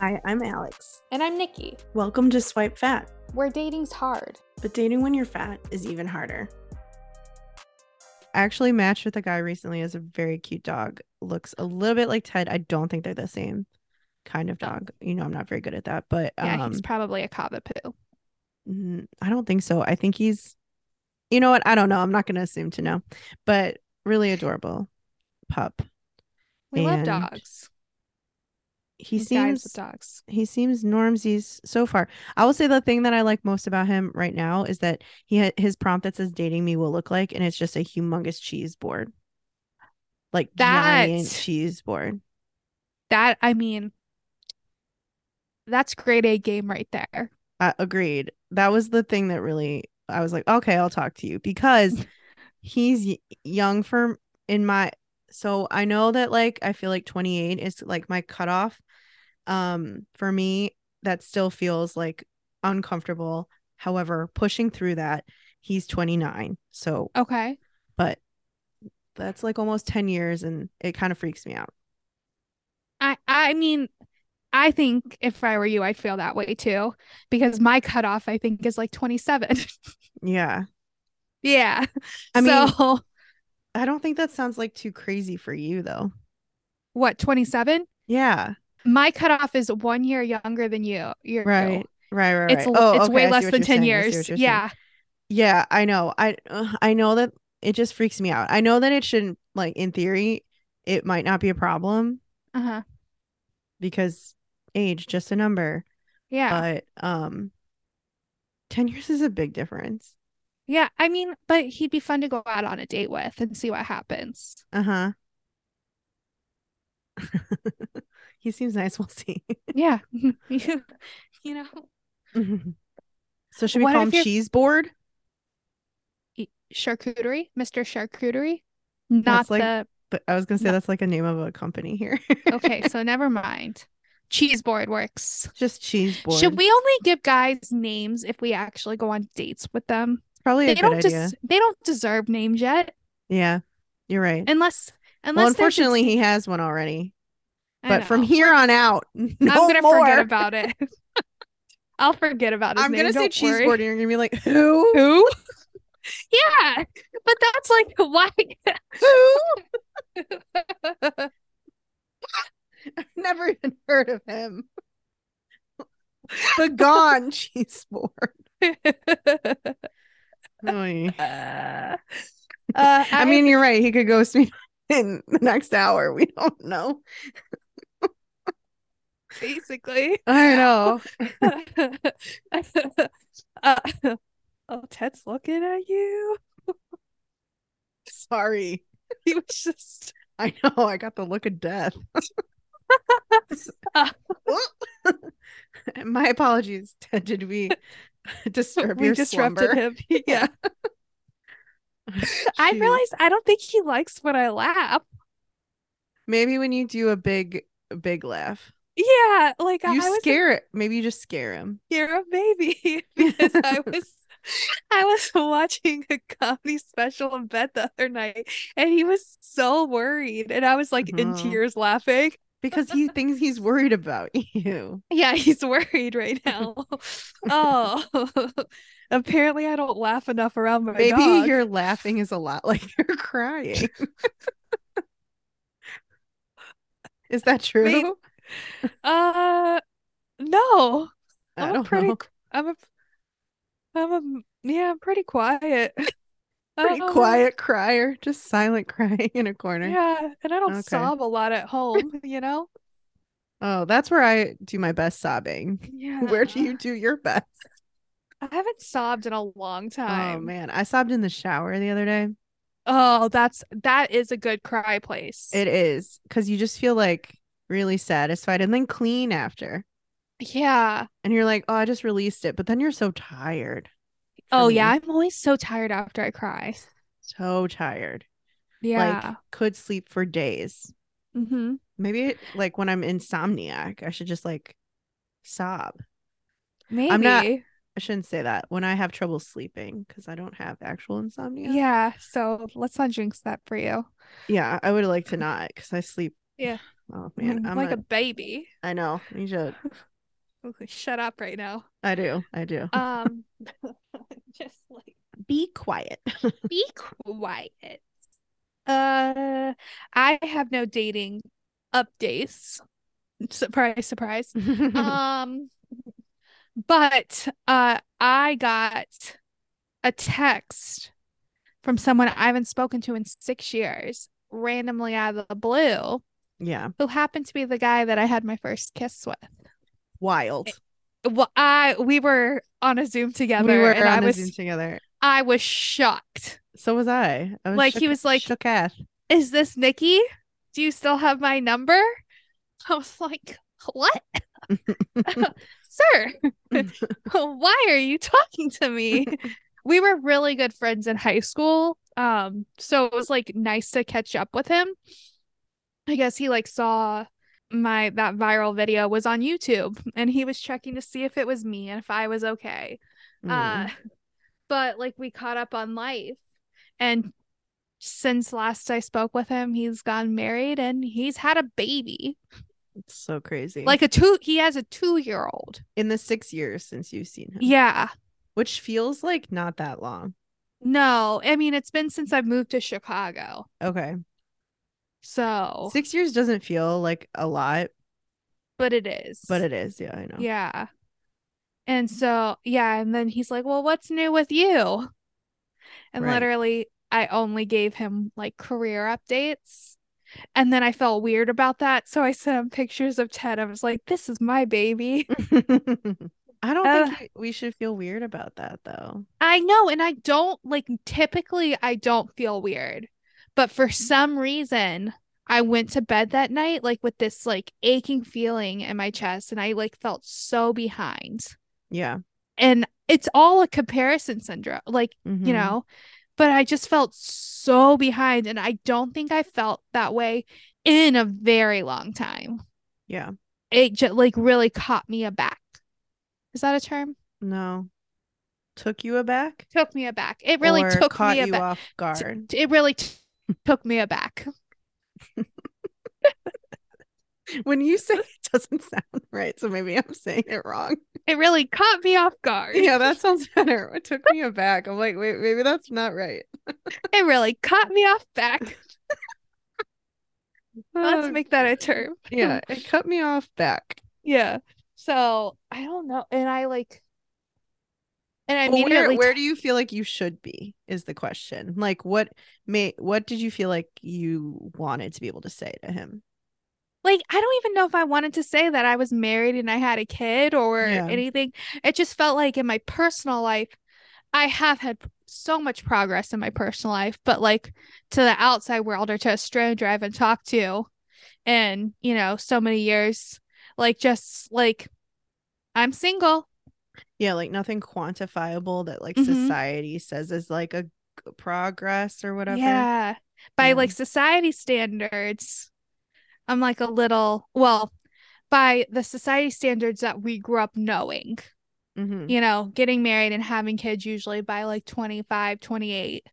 Hi, I'm Alex. And I'm Nikki. Welcome to Swipe Fat, Where dating's hard. but dating when you're fat is even harder. I actually matched with a guy recently as a very cute dog. Looks a little bit like Ted. I don't think they're the same kind of dog. You know, I'm not very good at that, but Yeah, um, he's probably a cockapoo. mm, I don't think so. I think he's, you know what? I don't know. I'm not going to assume to know, but really adorable pup. We love and dogs. He These guys seems with dogs. he seems normsy's so far. I will say the thing that I like most about him right now is that he ha- his prompt that says "dating me will look like," and it's just a humongous cheese board, like giant That- cheese board. That I mean, that's grade A game right there. I Uh, agreed. That was the thing that really I was like, okay, I'll talk to you because he's y- young for in my so I know that like I feel like 28 is like my cutoff. Um, for me, that still feels like uncomfortable. However, pushing through that, he's 29. So, Okay. but that's like almost 10 years and it kind of freaks me out. I I mean, I think if I were you, I'd feel that way too. Because my cutoff I think is like 27. Yeah. yeah. I mean, so I don't think that sounds like too crazy for you though. what, 27? Yeah. My cutoff is one year younger than you. You're Right. Right, right, right. It's l- Oh, it's okay, I way see less what than you're 10 saying. I see what years. you're saying. Yeah. Yeah, I know. I uh, I know that it just freaks me out. I know that it shouldn't like in theory it might not be a problem Uh-huh. because age just a number, Yeah. but um 10 years is a big difference. Yeah, I mean, but he'd be fun to go out on a date with and see what happens. Uh-huh. He seems nice, we'll see. Yeah. You, you know, So should we Mm-hmm. What call if him you're- cheese board? e- charcuterie, Mr. Charcuterie. Not That's like- the But I was gonna say No. that's like a name of a company here. Okay, so never mind. Cheese board works. Just cheese board. Should we only give guys names if we actually go on dates with them? Probably a They good don't idea. des- they don't deserve names yet Yeah, you're right. unless unless well, there's a unfortunately, date- he has one already. I But from know. here on out, no I'm gonna more. forget about it. I'll forget about his I'm name. gonna say don't cheese worry. board, and you're gonna be like, who? Who? Yeah, but that's like why. Who? I've never even heard of him. Begone, cheese board. Oy. uh, I mean, you're right. He could ghost me in the next hour. We don't know. basically. I know. uh, oh, Ted's looking at you. Sorry. He was just. I know. I got the look of death. Uh. My apologies. Did we disturb We your disrupted slumber? him. Yeah, I Jeez. realized I don't think he likes when I laugh. maybe when you do a big, big laugh, Yeah, like I, you I was scare it. Maybe you just scare him. you're a baby because I was I was watching a comedy special in bed the other night and he was so worried and I was like in Mhm. tears laughing. because he thinks he's worried about you. Yeah, he's worried right now. oh. Apparently I don't laugh enough around my Maybe dog. your laughing is a lot like you're crying. is that true? May- Uh no. I I'm a don't pretty know. qu- I'm a I'm a yeah, I'm pretty quiet. Pretty Um, quiet crier, just silent crying in a corner. Yeah, and I don't Okay. sob a lot at home, you know? Oh, that's where I do my best sobbing. Yeah. Where do Uh, you do your best? I haven't sobbed in a long Oh time. man, I sobbed in the shower the other day. Oh, that's that is a good cry place. It is because you just feel like really satisfied and then clean after. yeah. And you're like, oh, I just released it. But then you're so tired. for Oh yeah, me. I'm always so tired after I cry. So tired. Yeah. Like, could sleep for days. hmm Maybe it, like when I'm insomniac, I should just like sob. Maybe. not- I shouldn't say that when I have trouble sleeping because I don't have actual insomnia. Yeah, so let's not jinx that for you. Yeah. I would like to not because I sleep Yeah. Mm, Oh man, I'm like like a baby. I know. You should. Shut up right now. I do. I do. Um, just like Be quiet. be quiet. Uh, I have no dating updates. Surprise, surprise. um, but uh, I got a text from someone I haven't spoken to in six years, randomly out of the blue, yeah. who happened to be the guy that I had my first kiss with. Wild. Well, I we were on a Zoom together, we were and on I the was Zoom together. I was shocked. So was I. I was Like, shook- he was like- shook ass. is this Nikki? Do you still have my number? I was like, what? Sir, why are you talking to me? we were really good friends in high school. Um, so it was like nice to catch up with him. I guess he like saw my that viral video was on YouTube and he was checking to see if it was me and if I was okay. Uh, Mm. but like we caught up on life, and since last I spoke with him, he's gotten married and he's had a baby, It's so crazy. like a two. He has a two-year-old. in the six years since you've seen him. Yeah. Which feels like not that long. No, I mean it's been since I've moved to Chicago, Okay. so Six years doesn't feel like a lot, but it is. but it is. Yeah, I know. Yeah. And so, yeah. And then he's like, Well, what's new with you? And Right. literally, I only gave him like career updates. And then I felt weird about that. So I sent him pictures of Ted. I was like, This is my baby. I don't Uh, think we we should feel weird about that though. I know. And I don't like typically, I don't feel weird. But for some reason, I went to bed that night like with this like aching feeling in my chest. And I like felt so behind. Yeah. and it's all a comparison syndrome like Mhm. you know but i just felt so behind and i don't think i felt that way in a very long time Yeah. it just like really caught me aback is that a term No. Took you aback? took me aback it really or took caught me you aback off T- guard. it really t- took me aback when you say it doesn't sound right, so maybe I'm saying it wrong. it really caught me off guard Yeah, that sounds better. It took me aback. I'm like, wait, maybe that's not right. it really caught me off back let's Oh, make that a term yeah, it cut me off back. yeah so i don't know and i like and i Well, where immediately where do you feel like you should be is the question. Like what may what did you feel like you wanted to be able to say to him? like I don't even know if I wanted to say that I was married and I had a kid or Yeah. anything. It just felt like in my personal life, I have had so much progress in my personal life, but like to the outside world or to a stranger I haven't talked to in, you know, so many years, like just like I'm single. Yeah, like nothing quantifiable that like Mhm. society says is like a g- progress or whatever. Yeah. By Yeah. like society standards, I'm like a little, well, by the society standards that we grew up knowing. Mhm. you know, getting married and having kids usually by like 25, 28.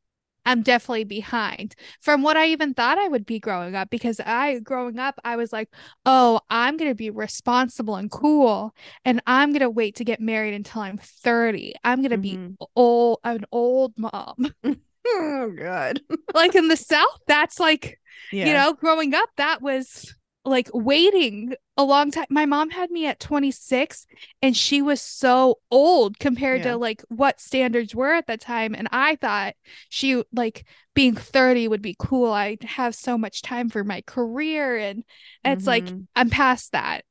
I'm definitely behind from what I even thought I would be growing up because I, growing up, I was like, oh, I'm going to be responsible and cool. And I'm going to wait to get married until I'm 30. I'm going to Mhm. be old, an old mom. Oh god. like in the South, that's like, Yeah. you know, growing up, that was like waiting a long time. My mom had me at 26 and she was so old compared Yeah. to like what standards were at that time. And I thought she, like, being 30 would be cool. I'd have so much time for my career. And it's like, Mhm. I'm past that.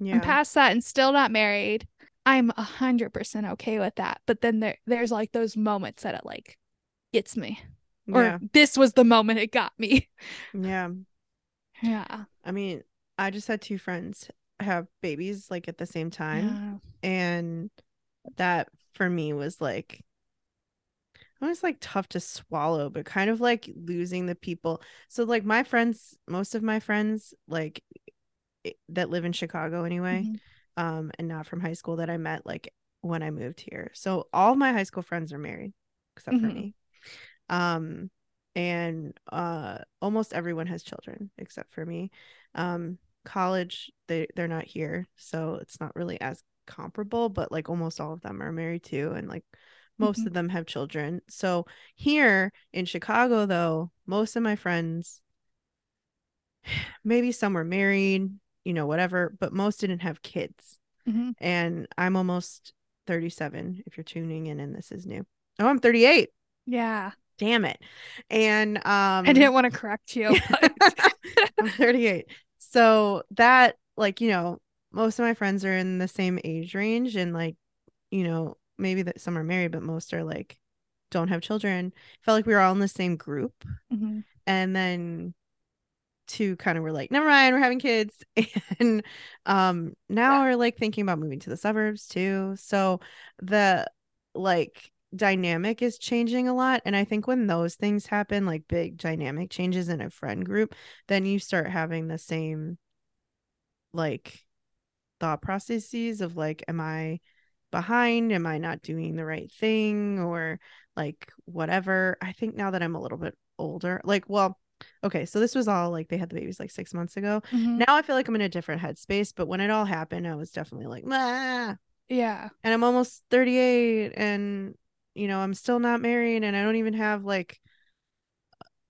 I'm yeah. past that and still not married. I'm a hundred percent okay with that. But then there there's like those moments that it like gets me. Or yeah. this was the moment it got me. Yeah. Yeah. I mean, I just had two friends have babies like at the same time. and that for me was like it was like tough to swallow but kind of like losing the people so like my friends most of my friends like i- that live in chicago anyway Mhm. um and not from high school that i met like when i moved here so all my high school friends are married except Mhm. for me um and uh almost everyone has children except for me um college they they're not here so it's not really as comparable but like almost all of them are married too and like most Mhm. of them have children so here in chicago though most of my friends maybe some were married you know whatever but most didn't have kids Mhm. and i'm almost 37 if you're tuning in and this is new oh i'm 38 Yeah. damn it and um I didn't want to correct you. but- I'm 38. So that like, you know, most of my friends are in the same age range and like, you know, maybe that some are married, but most are like don't have children. Felt like we were all in the same group. Mhm. And then two kind of were like, never mind, we're having kids. And um now we're like thinking about moving to the suburbs too. So the like dynamic is changing a lot. And I think when those things happen, like big dynamic changes in a friend group, then you start having the same like thought processes of like, am I behind? Am I not doing the right thing? Or like whatever. I think now that I'm a little bit older, like, well, okay, so this was all like they had the babies like six months ago. Mhm. Now I feel like I'm in a different headspace, but when it all happened, I was definitely like, ah, Yeah. and I'm almost 38 and you know, I'm still not married and I don't even have like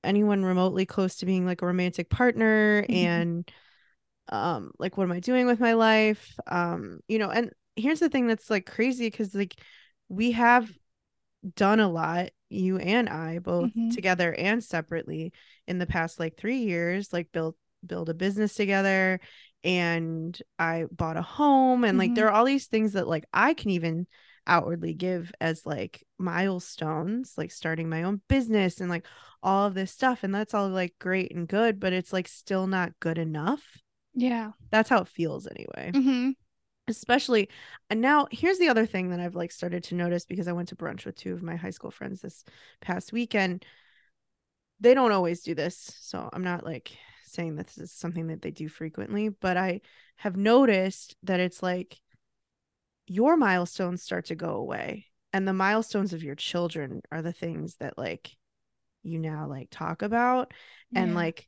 anyone remotely close to being like a romantic partner Mhm. and um like what am I doing with my life? Um you know, and here's the thing that's like crazy cuz like we have done a lot you and I both Mhm. together and separately in the past like 3 years like built build a business together and I bought a home and like Mhm. there are all these things that like I can even outwardly give as like milestones like starting my own business and like all of this stuff and that's all like great and good but it's like still not good enough Yeah. that's how it feels anyway Mhm. especially and now here's the other thing that I've like started to notice because I went to brunch with two of my high school friends this past weekend they don't always do this so i'm not like saying that this is something that they do frequently but i have noticed that it's like your milestones start to go away and the milestones of your children are the things that like you now like talk about and Yeah. like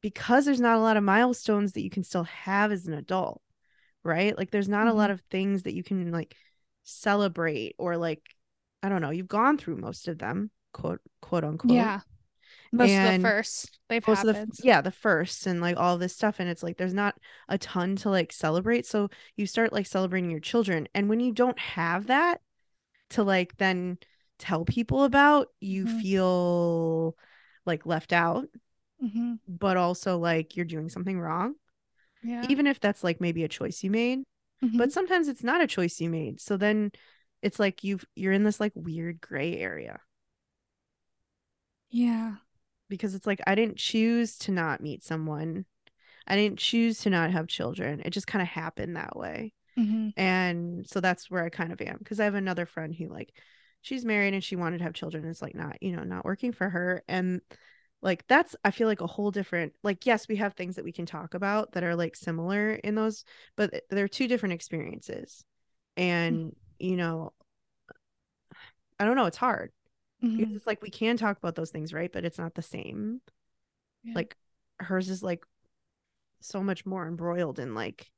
because there's not a lot of milestones that you can still have as an adult right like there's not a Mm-hmm. lot of things that you can like celebrate or like i don't know you've gone through most of them quote quote unquote Yeah. Most of And- the first they've most of the happened. yeah the first and like all this stuff and it's like there's not a ton to like celebrate so you start like celebrating your children and when you don't have that to like then tell people about you Mhm. feel like left out Mhm. but also like you're doing something wrong Mm-hmm. Yeah. even if that's like maybe a choice you made but Mhm. sometimes it's not a choice you made so then it's like you've you're in this like weird gray area yeah. because it's like I didn't choose to not meet someone. I didn't choose to not have children. It just kind of happened that way. Mhm. And so that's where I kind of am because I have another friend who like she's married and she wanted to have children. It's like not, you know, not working for her and like that's I feel like a whole different like yes, we have things that we can talk about that are like similar in those, but they're two different experiences. And you know, I don't know, it's hard because Mhm. it's like we can talk about those things, right? But it's not the same. Yeah. like hers is like so much more embroiled in like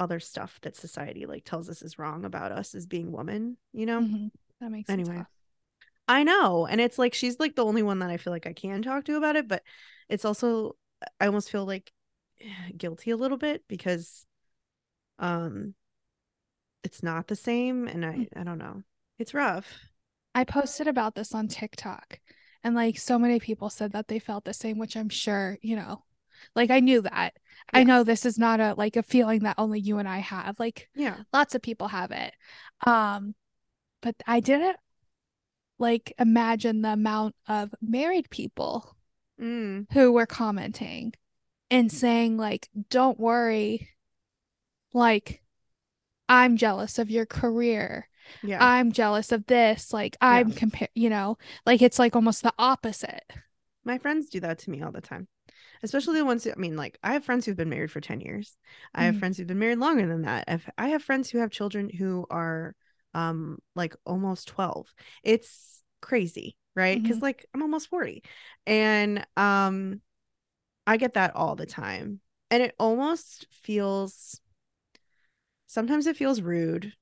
other stuff that society like tells us is wrong about us as being woman you know Mhm. That makes sense. anyway. i know and it's like she's like the only one that i feel like i can talk to about it but it's also i almost feel like guilty a little bit because um it's not the same and i i don't know it's rough I posted about this on TikTok, and like so many people said that they felt the same, which I'm sure, you know, like I knew that. I Yeah. know this is not a like a feeling that only you and I have. Like yeah lots of people have it. Um, but I didn't like imagine the amount of married people mm. who were commenting and saying like, "Don't worry, like I'm jealous of your career." yeah I'm jealous of this. Like I'm compare, you know, like it's like almost the opposite. My friends do that to me all the time, especially the ones who, I mean, like, I have friends who've been married for 10 years. I have Mhm. friends who've been married longer than that. I've, I have friends who have children who are um like almost 12. It's crazy, right because like i'm almost 40 and um i get that all the time and it almost feels sometimes it feels rude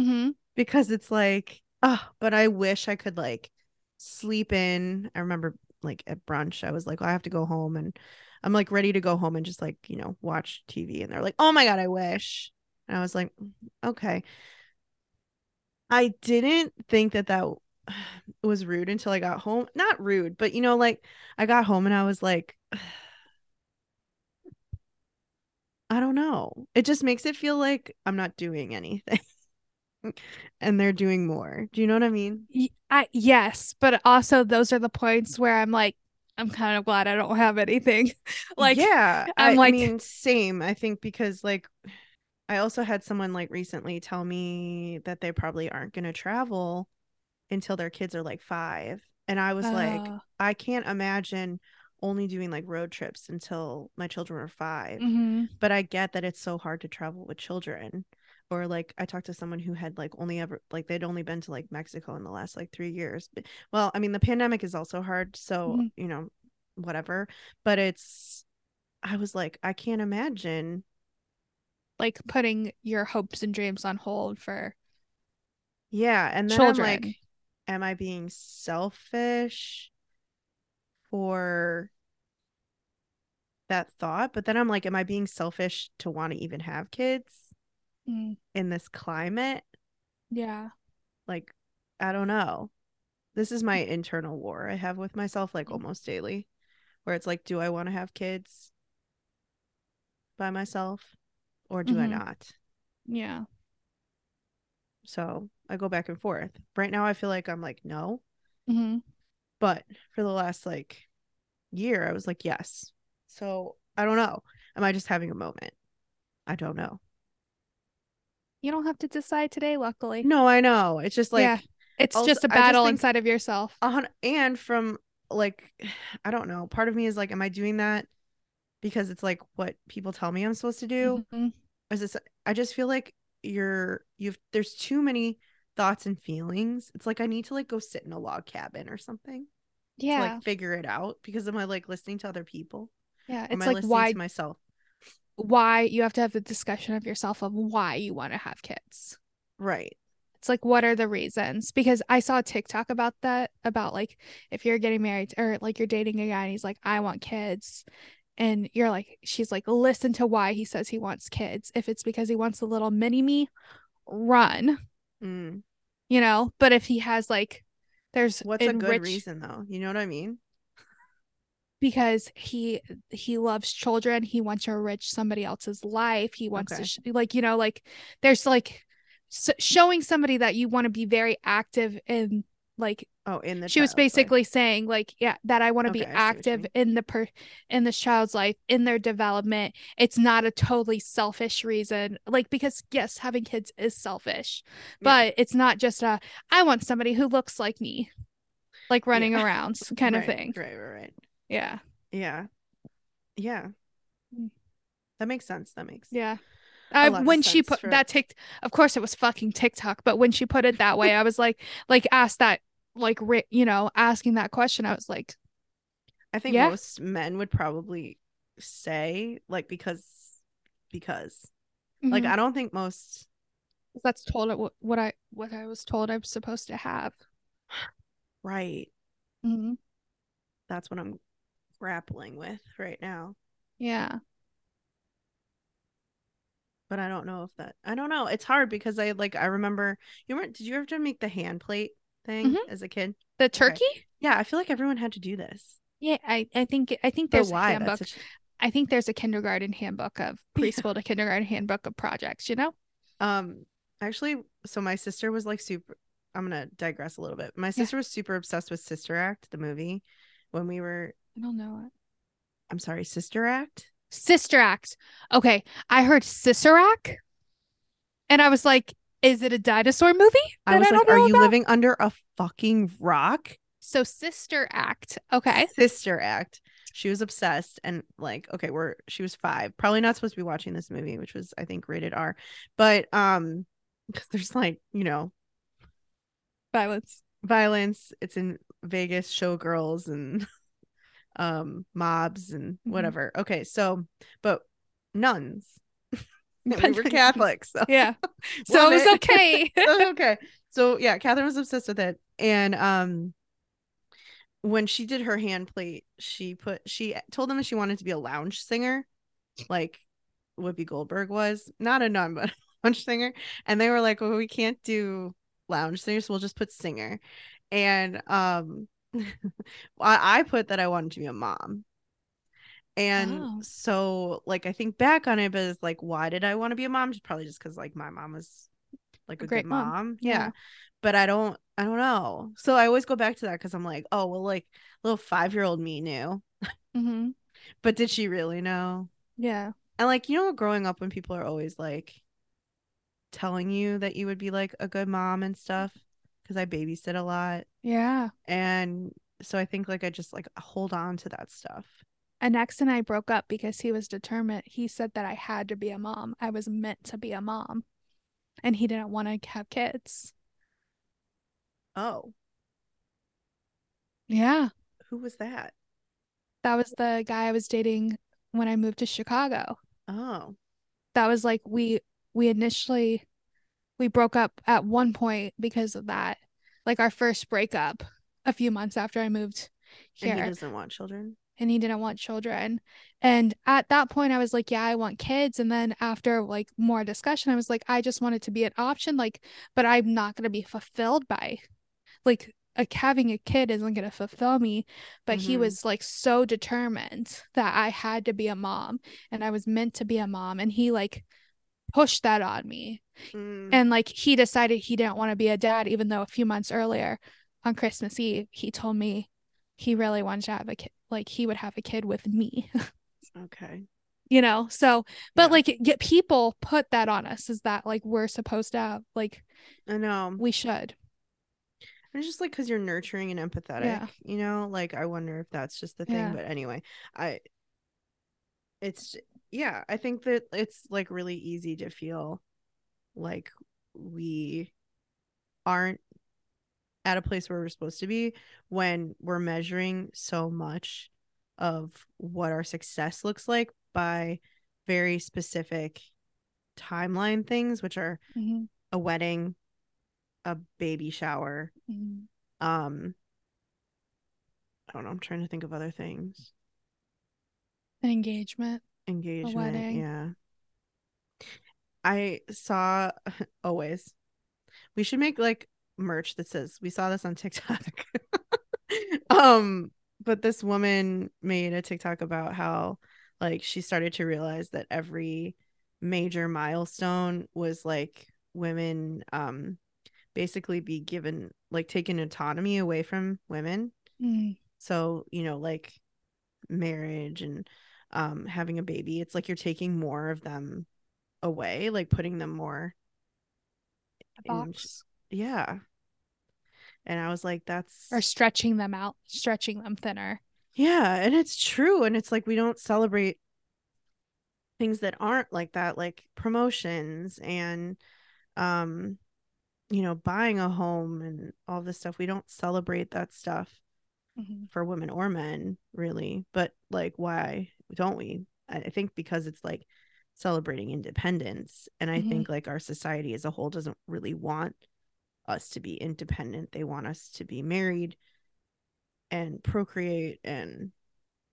Mm-hmm. because it's like oh but i wish i could like sleep in i remember like at brunch i was like "Oh, i have to go home and i'm like ready to go home and just like you know watch tv and they're like oh my god i wish and i was like "Mm, okay i didn't think that that was rude until i got home not rude but you know like i got home and i was like i don't know it just makes it feel like i'm not doing anything and they're doing more do you know what i mean I yes, but also those are the points where I'm like, I'm kind of glad I don't have anything. like, yeah I'm I, like- I mean same i think because like i also had someone like recently tell me that they probably aren't going to travel until their kids are like five and i was like oh, i can't imagine only doing like road trips until my children are 5 mhm. but i get that it's so hard to travel with children or like i talked to someone who had like only ever like they'd only been to like mexico in the last like three years but, well i mean the pandemic is also hard so Mhm. you know whatever but it's i was like i can't imagine like putting your hopes and dreams on hold for yeah and then children. i'm like am i being selfish for that thought but then i'm like am i being selfish to want to even have kids Mm, in this climate yeah. like i don't know this is my internal war i have with myself like Mhm. almost daily where it's like do i want to have kids by myself or do i Mhm. not Yeah. so i go back and forth right now i feel like i'm like no hmm but for the last like year i was like yes so i don't know am i just having a moment i don't know You don't have to decide today, luckily. no i know it's just like Yeah. It's also- just a I just battle think- inside of yourself. a hun- and from like i don't know part of me is like am i doing that because it's like what people tell me i'm supposed to do Mhm. Or is this i just feel like you're you've there's too many thoughts and feelings it's like i need to like go sit in a log cabin or something Yeah. to like figure it out because am i like listening to other people yeah. or am It's i like listening why to myself why you have to have the discussion of yourself of why you want to have kids. right It's like, what are the reasons? Because I saw a TikTok about that, about like if you're getting married or like you're dating a guy and he's like, I want kids. And you're like, she's like, listen to why he says he wants kids. If it's because he wants a little mini me, run, Mm. you know? But if he has like, there's what's a good enrich- reason though you know what i mean because he he loves children he wants to enrich somebody else's life he wants Okay. to sh- like you know like there's like s showing somebody that you want to be very active in like oh in the she was child's life. basically saying like yeah that i want to be Okay, I see what you active mean. in the per in this child's life in their development it's not a totally selfish reason like because yes having kids is selfish Yeah. but it's not just a i want somebody who looks like me like running around kind of Right, thing right right right yeah yeah yeah Mm. that makes sense that makes Yeah. a I, lot of when she sense put for- that tick, of course it was fucking TikTok, but when she put it that way, I was like, like asked that, like, ri- you know, asking that question, I was like, I think Yeah. most men would probably say like because because like mhm, I don't think most that's told it what, what I what I was told I'm supposed to have. right Mm-hmm. hmm that's what I'm grappling with right now Yeah. but I don't know if that I don't know it's hard because I like I remember you remember did you ever make the hand plate thing Mm-hmm. as a kid The turkey. yeah I feel like everyone had to do this Yeah, I, I think I think but there's a why handbook. that's such I think there's a kindergarten handbook of Yeah. preschool to kindergarten handbook of projects. You know. Um, actually, so my sister was like super. I'm gonna digress a little bit. My sister was super obsessed with Sister Act, the movie, when we were. I don't know it. I'm sorry, Sister Act. Sister Act. Okay, I heard Siserac, and I was like, is it a dinosaur movie? I That was I like, don't "Are know you about?" living under a fucking rock?" So sister act. Okay. Sister Act. She was obsessed and like, okay, we're she was five. Probably not supposed to be watching this movie, which was I think rated R. But um, because there's like you know Violence. violence. It's in Vegas showgirls and um mobs and whatever. Okay, so but nuns. we were Catholics, so Yeah. So it was Woman. okay. Oh, okay. So yeah, Catherine was obsessed with it, and um, when she did her hand plate, she put she told them that she wanted to be a lounge singer, like Whoopi Goldberg was not a nun but a lounge singer, and they were like, "Well, we can't do lounge singers. we'll just put singer," and um, I, I put that I wanted to be a mom. And Oh. so, like, I think back on it, but it's like, why did I want to be a mom? Probably just because, like, my mom was like A a, great good mom. mom. Yeah. Yeah. But I don't, I don't know. So I always go back to that because I'm like, oh, well, like, little five year old me knew, Mm-hmm. hmm but did she really know? Yeah. And, like, you know, growing up when people are always like telling you that you would be like a good mom and stuff, because I babysit a lot. Yeah. And so I think, like, I just like hold on to that stuff. And X and I broke up because he was determined. He said that I had to be a mom. I was meant to be a mom. And he didn't want to have kids. Oh, Yeah. who was that? That was the guy I was dating when I moved to Chicago. Oh, That was like we we initially we broke up at one point because of that. Like our first breakup a few months after I moved here. and he doesn't want children. and he didn't want children. And at that point, I was like, yeah, I want kids. And then after like more discussion, I was like, I just want it to be an option. Like, but I'm not going to be fulfilled by like a, having a kid isn't going to fulfill me. But he Mhm. was like so determined that I had to be a mom and I was meant to be a mom. And he like pushed that on me. Mm-hmm. Mm, And like he decided he didn't want to be a dad, even though a few months earlier on Christmas Eve, he told me he really wanted to have a kid, like he would have a kid with me, okay. you know? So, but Yeah. like get people put that on us is that like we're supposed to have, like I know. we should. It's just like because you're nurturing and empathetic, Yeah. you know. Like I wonder if that's just the thing. Yeah. But anyway, I. It's j- yeah. I think that it's like really easy to feel like we aren't at a place where we're supposed to be when we're measuring so much of what our success looks like by very specific timeline things which are Mhm, a wedding, a baby shower. mhm. Um, I don't know. I'm trying to think of other things. An engagement. Engagement. wedding. Yeah. I saw always. We should make like merch that says we saw this on TikTok. um, but this woman made a TikTok about how like she started to realize that every major milestone was like women um basically be given like taken autonomy away from women Mm, so you know like marriage and um having a baby it's like you're taking more of them away like putting them more a And- box yeah and i was like that's or stretching them out, stretching them thinner. yeah and it's true and it's like we don't celebrate things that aren't like that like promotions and um you know buying a home and all this stuff we don't celebrate that stuff Mhm. for women or men really but like why don't we i I think because it's like celebrating independence and i Mhm. think like our society as a whole doesn't really want us to be independent they want us to be married and procreate and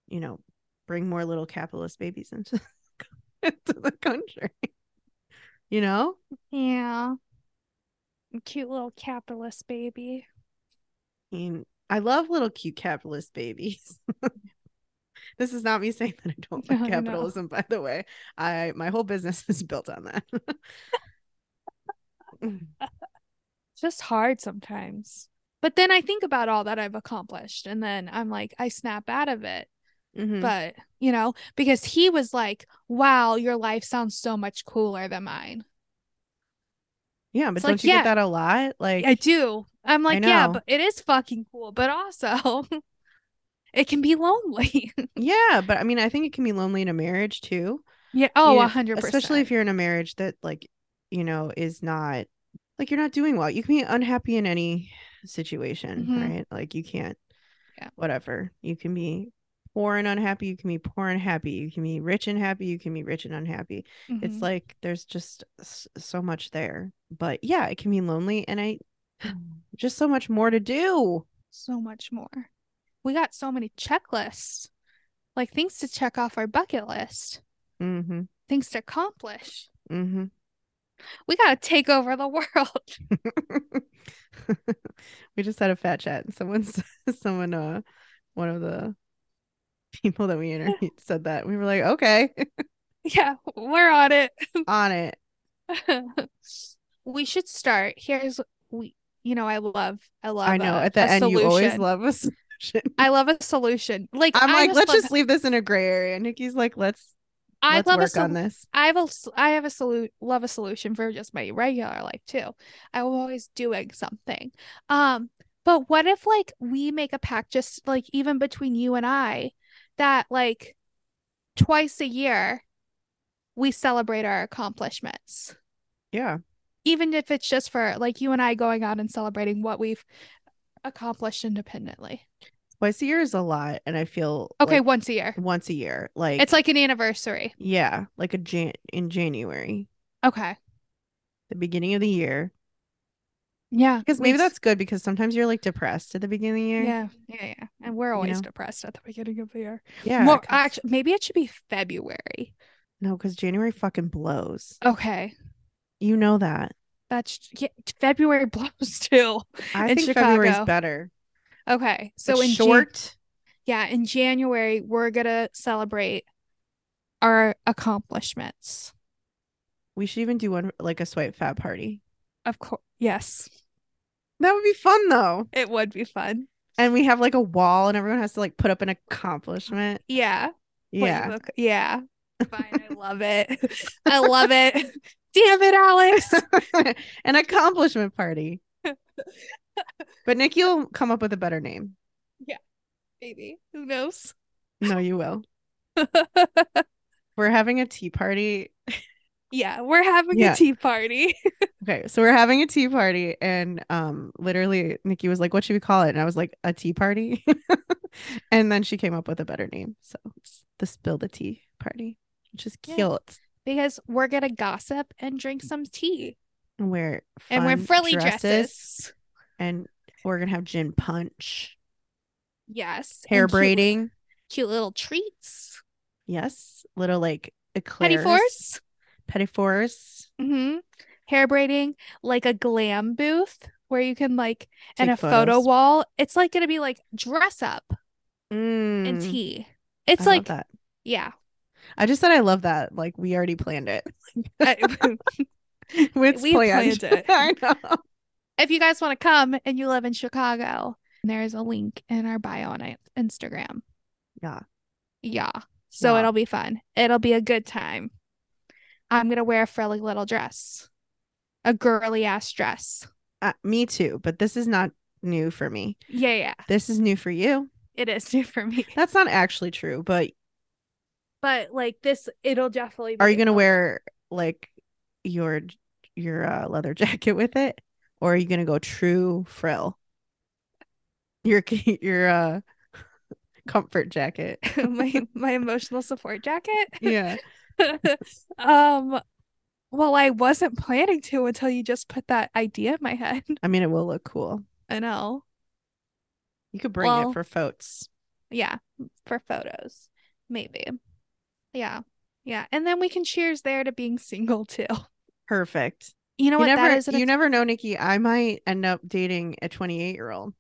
you know bring more little capitalist babies into, into the country you know Yeah. Cute little capitalist baby. I mean, I love little cute capitalist babies. this is not me saying that I don't No, like I know. capitalism, by the way. I my whole business is built on that. It's just hard sometimes. But then I think about all that I've accomplished and then I'm like, I snap out of it. Mhm. But, you know, because he was like, wow, your life sounds so much cooler than mine. yeah, but it's don't like, you yeah. get that a lot? Like I do. I'm like, yeah, know. but it is fucking cool. But also, it can be lonely. Yeah, but I mean I think it can be lonely in a marriage too. yeah. Oh, You know, a 100%. Especially if you're in a marriage that like, you know, is not like you're not doing well. You can be unhappy in any situation, Mhm. right? Like you can't Yeah. whatever. You can be poor and unhappy, you can be poor and happy, you can be rich and happy, you can be rich and unhappy. It's Mhm. like there's just s- so much there. But yeah, it can be lonely and I just so much more to do. so much more. We got so many checklists, like things to check off our bucket list, Mhm. things to accomplish. Mhm. We got to take over the world. we just had a fat chat. and Someone, s- someone, uh, one of the people that we interviewed said that. We were like, okay, yeah, we're on it. on it. we should start. Here's we you know I love I love I know. a- At the a end, you always solution. love a solution. I love a solution. Like I'm I like, just let's love- just leave this in a gray area. Nikki's like, let's I let's love a work solution. on this. I have a s- I have a solu- love a solution for just my regular life too. I'm always doing something. Um, but what if like we make a pact just like even between you and I that like twice a year we celebrate our accomplishments. Yeah. Even if it's just for like you and I going out and celebrating what we've accomplished independently. Twice a year is a lot, and I feel Okay, like, once a year. once a year, like It's like an anniversary. yeah, like a Jan in January, Okay. the beginning of the year. Yeah. Because maybe that's good because sometimes you're like depressed at the beginning of the year. yeah, yeah, yeah. And we're You know? always depressed at the beginning of the year. Yeah. More 'cause- actually, maybe it should be February. no, because January fucking blows. Okay, You know that. that's yeah, February blows too. I In think February's Chicago. better. Okay, so It's in Jan- short, yeah, in January we're gonna celebrate our accomplishments. we should even do one like a swipe fat party. Of course, yes, That would be fun though. it would be fun. And we have like a wall, and everyone has to like put up an accomplishment. Yeah, what Yeah. you look- yeah. Fine, I love it. I love it. Damn it, Alex. an accomplishment party. but Nikki will come up with a better name. Maybe who knows? No, you will. We're having a tea party. yeah, we're having Yeah. a tea party. Okay, so we're having a tea party, and um, literally Nikki was like, "What should we call it?" And I was like, "A tea party," and then she came up with a better name. So it's the spill the tea party, which is Yeah. cute. because we're gonna gossip and drink some tea And we're and wear fun frilly dresses. and we're gonna have gin punch, Yes. and hair cute- braiding, Cute, little treats. yes, little like eclairs, Petty force. pettifours, Mm-hmm. Hair braiding, like a glam booth where you can like and Take a photo photos. wall. It's like gonna be like dress up and Mm, tea. I It's love like that. yeah. I just said I love that. Like we already planned it. I- it's We planned. planned it. I know. if you guys want to come and you live in Chicago, there's a link in our bio on i- Instagram. Yeah. Yeah. So Yeah. it'll be fun. It'll be a good time. I'm gonna wear a frilly little dress. A girly ass dress. Uh, me too, but this is not new for me. Yeah, yeah. This is new for you. It is new for me. That's not actually true, but But like this it'll definitely are you be going to a- wear like your your uh, leather jacket with it or are you going to go true frill? Your your uh comfort jacket. my my emotional support jacket? yeah. um well I wasn't planning to until you just put that idea in my head. I mean it will look cool. I know. You could bring Well- it for votes. Yeah, for photos. Maybe. Yeah. Yeah. And then we can cheers there to being single too. Perfect. You know You what never that is? an you never know, Nikki. I might end up dating a 28 year old,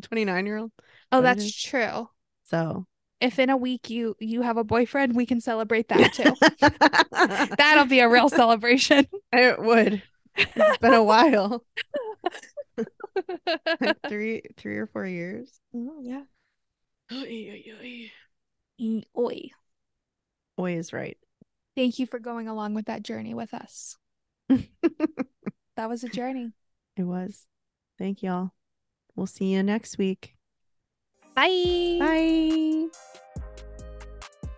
29 year old. What Oh, it that's is. true. So If in a week you you have a boyfriend, we can celebrate that too. that That'll be a real celebration. it would. It's been a while, like three, three or four years. Oh yeah. Oi Oi. is right. Thank you for going along with that journey with us. That was a journey. It was. Thank y'all. We'll see you next week. Bye. Bye.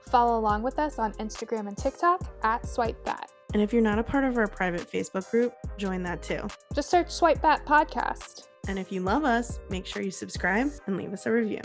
Follow along with us on Instagram and TikTok at Swipe Bat. And if you're not a part of our private Facebook group, join that too. Just search Swipe Bat Podcast. And if you love us, make sure you subscribe and leave us a review.